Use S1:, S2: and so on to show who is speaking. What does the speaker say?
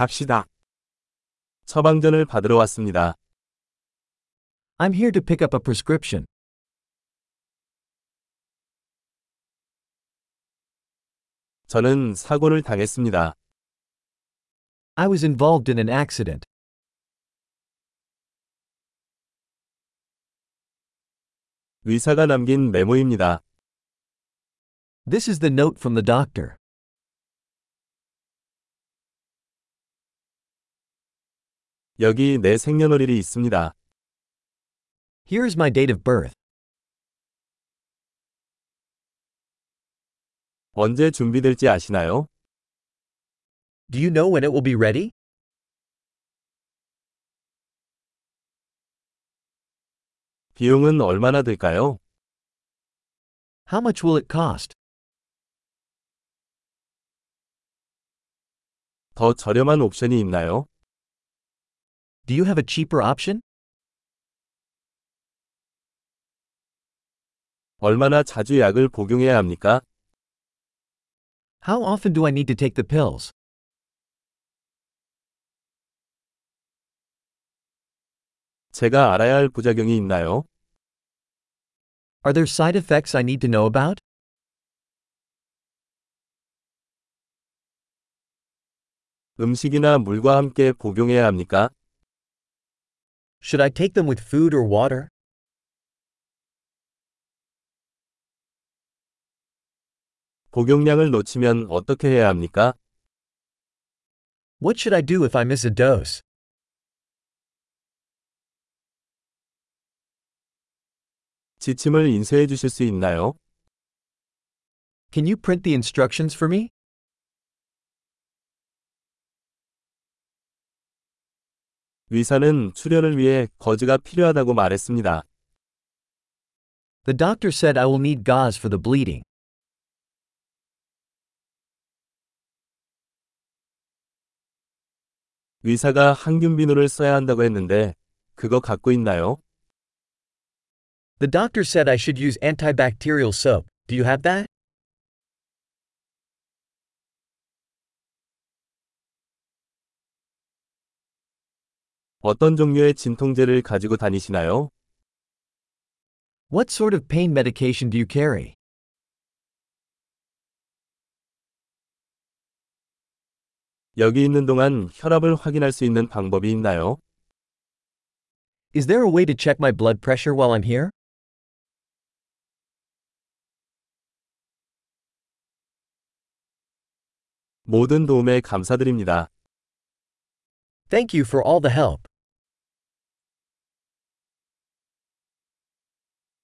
S1: 갑시다. 처방전을 받으러 왔습니다.
S2: I'm here to pick up a prescription.
S1: 저는 사고를 당했습니다.
S2: I was involved in an accident.
S1: 의사가 남긴 메모입니다.
S2: This is the note from the doctor.
S1: 여기 내 생년월일이 있습니다.
S2: Here is my date of birth.
S1: 언제 준비될지 아시나요?
S2: Do you know when it will be ready?
S1: 비용은 얼마나 들까요?
S2: How much will it cost?
S1: 더 저렴한 옵션이 있나요?
S2: Do you have a cheaper option?
S1: 얼마나 자주 약을 복용해야 합니까?
S2: How often do I need to take the pills?
S1: 제가 알아야 할 부작용이 있나요?
S2: Are there side effects I need to know about?
S1: 음식이나 물과 함께 복용해야 합니까?
S2: Should I take them with food or water?
S1: 복용량을 놓치면 어떻게 해야 합니까?
S2: What should I do if I miss a dose?
S1: 지침을 인쇄해 주실 수 있나요?
S2: Can you print the instructions for me?
S1: 의사는 출혈을 위해 거즈가 필요하다고 말했습니다.
S2: The doctor said I will need gauze for the bleeding.
S1: 의사가 항균 비누를 써야 한다고 했는데 그거 갖고 있나요?
S2: The doctor said I should use antibacterial soap. Do you have that?
S1: 어떤 종류의 진통제를 가지고 다니시나요?
S2: What sort of pain medication do you carry?
S1: 여기 있는 동안 혈압을 확인할 수 있는 방법이 있나요?
S2: Is there a way to check my blood pressure while I'm here?
S1: 모든 도움에 감사드립니다.
S2: Thank you for all the help.